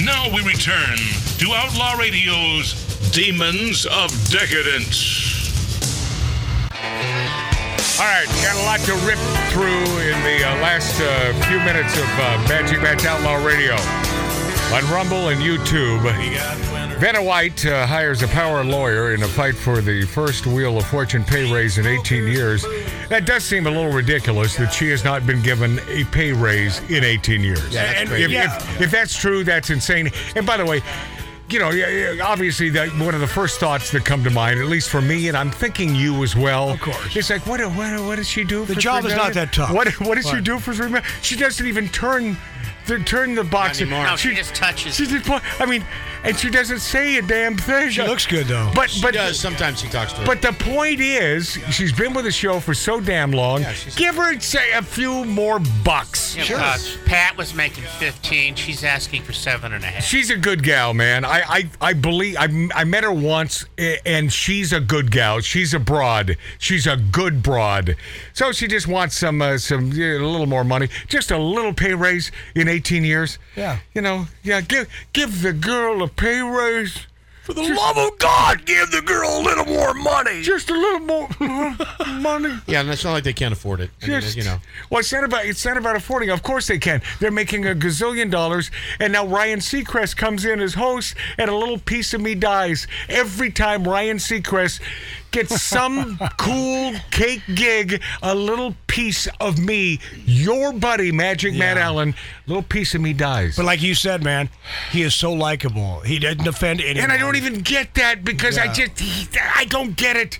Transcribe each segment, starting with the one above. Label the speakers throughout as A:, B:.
A: Now we return to Outlaw Radio's Demons of Decadence.
B: All right, got a lot to rip through in the uh, last uh, few minutes of uh, Magic Match Outlaw Radio on Rumble and YouTube. Vanna White uh, hires a power lawyer in a fight for the first Wheel of Fortune pay raise in 18 years. That does seem a little ridiculous that she has not been given a pay raise in 18 years.
C: Yeah, that's
B: And
C: crazy.
B: if- if-
C: Yeah.
B: if that's true, that's insane. And by the way, you know, yeah, yeah, obviously, that one of the first thoughts that come to mind, at least for me, and I'm thinking you as well. Of
C: course.
B: it's like what? What? What does she do?
C: The
B: for
C: job
B: three
C: is not
B: million?
C: that tough.
B: What? What does she
C: Right.
B: do for three million? She doesn't even turn. The, turn the box.
D: anymore. No, she just touches
B: She
D: it.
B: just. pu- I mean, and she doesn't say a damn thing.
C: She looks good, though.
B: But
D: She
B: but
D: does. Sometimes she talks to her.
B: but the point is, she's been with the show for so damn long.
D: Yeah, she's-
B: Give her say a few more bucks.
D: You know, uh, Pat was making 15. She's asking for seven and a half.
B: She's a good gal, man. I I, I believe I, I met her once, a- and she's a good gal. She's a broad. She's a good broad. So she just wants some uh, some yeah, a little more money, just a little pay raise in 18 years.
C: Yeah.
B: you know, yeah. Give give the girl a pay raise.
C: For the love of God, give the girl a little more money.
B: Just a little more money.
D: yeah, and it's not like they can't afford it. I mean,
B: Just,
D: you know.
B: Well, it's not about it's not about affording. Of course they can. They're making a gazillion dollars, and now Ryan Seacrest comes in as host, and a little piece of me dies every time Ryan Seacrest gets some cool cake gig. A little piece of me, your buddy Magic Matt Allen, little piece of me dies.
C: But like you said, man, he is so likable. He doesn't offend anyone.
B: and I don't even get that because I
C: Yeah.
B: just I don't get it.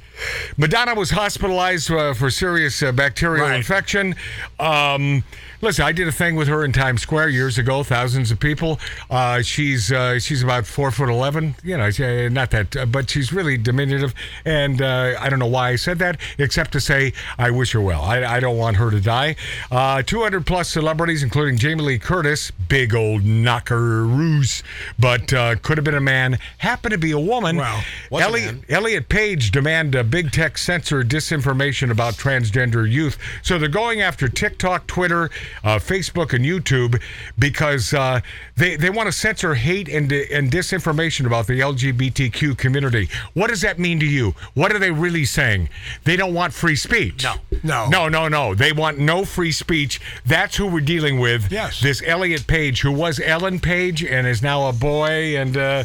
B: Madonna was hospitalized uh, for serious uh, bacterial
C: Right.
B: infection. Um, listen, I did a thing with her in Times Square years ago. Thousands of people. Uh, she's uh, she's about four foot eleven. You know, she- uh, not that, uh, but she's really diminutive. And uh, I don't know why I said that, except to say I wish her well. I, I don't want her to die. Uh, Two hundred plus celebrities, including Jamie Lee Curtis, big old knockeroos, but uh, could have been a man, happened to be a woman.
C: Wow.
D: Was a
B: Elliot-
D: man.
B: Elliot Page demand a big tech censor disinformation about transgender youth. So they're going after TikTok, Twitter, uh, Facebook, and YouTube because uh, they they want to censor hate and and disinformation about the LGBTQ community. What does that mean to you? What are they really saying? They don't want free speech.
D: No.
C: No.
B: No. No. No. They want no free speech. That's who we're dealing with.
C: Yes.
B: This Elliot Page, who was Ellen Page and is now a boy, and uh,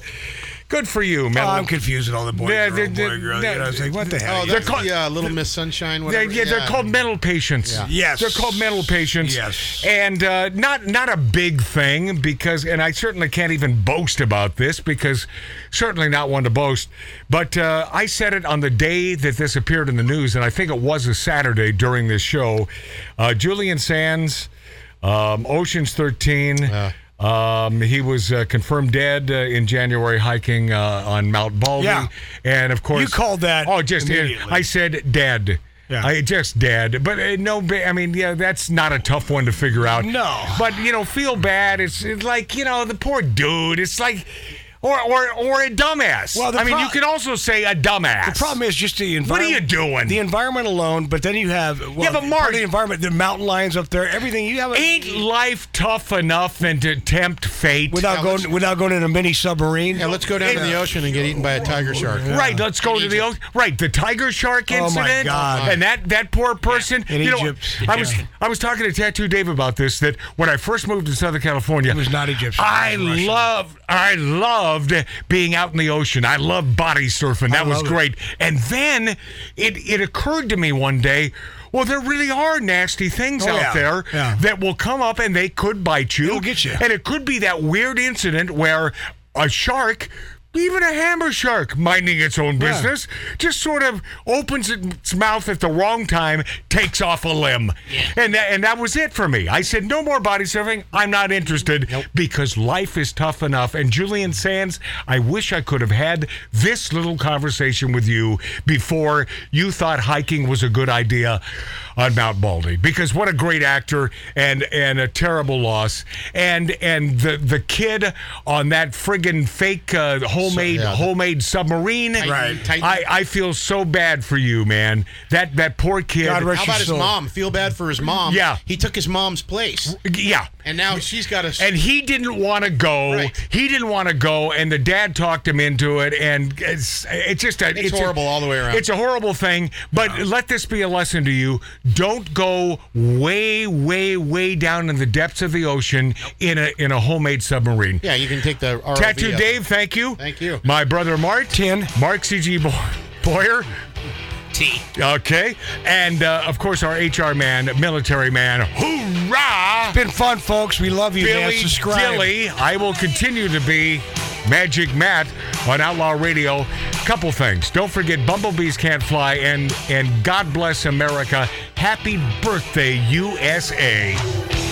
B: good for you,
C: Oh,
B: Mel.
C: I'm confused with all the boy
B: Yeah,
C: girl,
B: they-
C: boy
B: they-
C: girl.
B: they-
C: you know, I was like, what the hell?
D: Oh,
B: they're
D: that's
B: called-
D: the uh, Little Miss Sunshine.
B: They,
D: Whatever.
B: yeah, they're called mental patients.
D: Yeah.
C: Yes.
B: they're called mental patients.
C: Yes.
B: and uh, not not a big thing because, and I certainly can't even boast about this because certainly not one to boast. But uh, I said it on the day that this appeared in the news, and I think it was a Saturday during this show. Uh, Julian Sands, um, Ocean's Thirteen. Um, he was uh, confirmed dead uh, in January hiking uh, on Mount Baldy,
C: Yeah.
B: and of course
C: You called that
B: Oh, just
C: immediately.
B: I said dead.
C: Yeah.
B: I just dead, but uh, no. ba- I mean, yeah, that's not a tough one to figure out.
C: No.
B: but you know, feel bad. It's, it's like you know the poor dude. It's like, or or or a dumbass.
C: Well, the
B: I mean,
C: pro-
B: you can also say a dumbass.
C: The problem is just the environment.
B: What are you doing?
C: The environment alone, but then you have well,
B: Yeah, but
C: part of
B: Mark-
C: the environment, the mountain lions up there, everything. You have a,
B: ain't life tough enough than to tempt fate?
C: without going without going in a mini submarine.
D: Yeah, let's go down to the ocean and get eaten by a tiger shark.
B: Right, let's go to the ocean. Right, the tiger shark
C: Oh, my
B: incident,
C: God.
B: and that that poor person.
C: In
B: you know,
C: Egypt.
B: I was I was talking to Tattoo Dave about this. That when I first moved to Southern California,
C: He was not Egyptian,
B: I
C: he was Russian.
B: loved I loved being out in the ocean. I loved body surfing. That was
C: love it.
B: great. And then it it occurred to me one day. Well, there really are nasty things
C: Oh,
B: out
C: yeah.
B: there
C: Yeah.
B: that will come up and they could bite you.
C: It'll get you.
B: And it could be that weird incident where a shark, even a hammer shark, minding its own business, just sort of opens its mouth at the wrong time, takes off a limb. And, that, and that was it for me. I said, no more body surfing. I'm not interested because life is tough enough. And Julian Sands, I wish I could have had this little conversation with you before you thought hiking was a good idea. on Mount Baldy because what a great actor and and a terrible loss. And and the the kid on that friggin' fake uh, homemade
E: yeah, the-
B: homemade submarine.
E: Right. Titan.
B: I I feel so bad for you, man. That that poor kid.
C: God rest
E: How about his
C: So-
E: mom? Feel bad for his mom.
B: Yeah.
E: He took his mom's place.
B: Yeah.
E: And now she's got a.
B: and he didn't want to go.
E: Right.
B: He didn't want to go, and the dad talked him into it. And it's, it's just a,
E: It's horrible all the way around. Uh-huh.
B: It's a horrible thing. But let this be a lesson to you: don't go way, way, way down in the depths of the ocean in a in a homemade submarine.
E: yeah, you can take the ROV
B: Tattoo
E: up.
B: Dave, thank you.
E: Thank you.
B: My brother Martin, Mark C.G. Boy- Boyer.
D: T.
B: Okay. And uh, of course, our HR man, military man. Hoorah!
C: Been fun, folks. We love you, man.
B: Billy
C: Subscribe.
B: Dilly. I will continue to be Magic Matt on Outlaw Radio. Couple things. Don't forget Bumblebees Can't Fly and and God Bless America. Happy birthday, USA.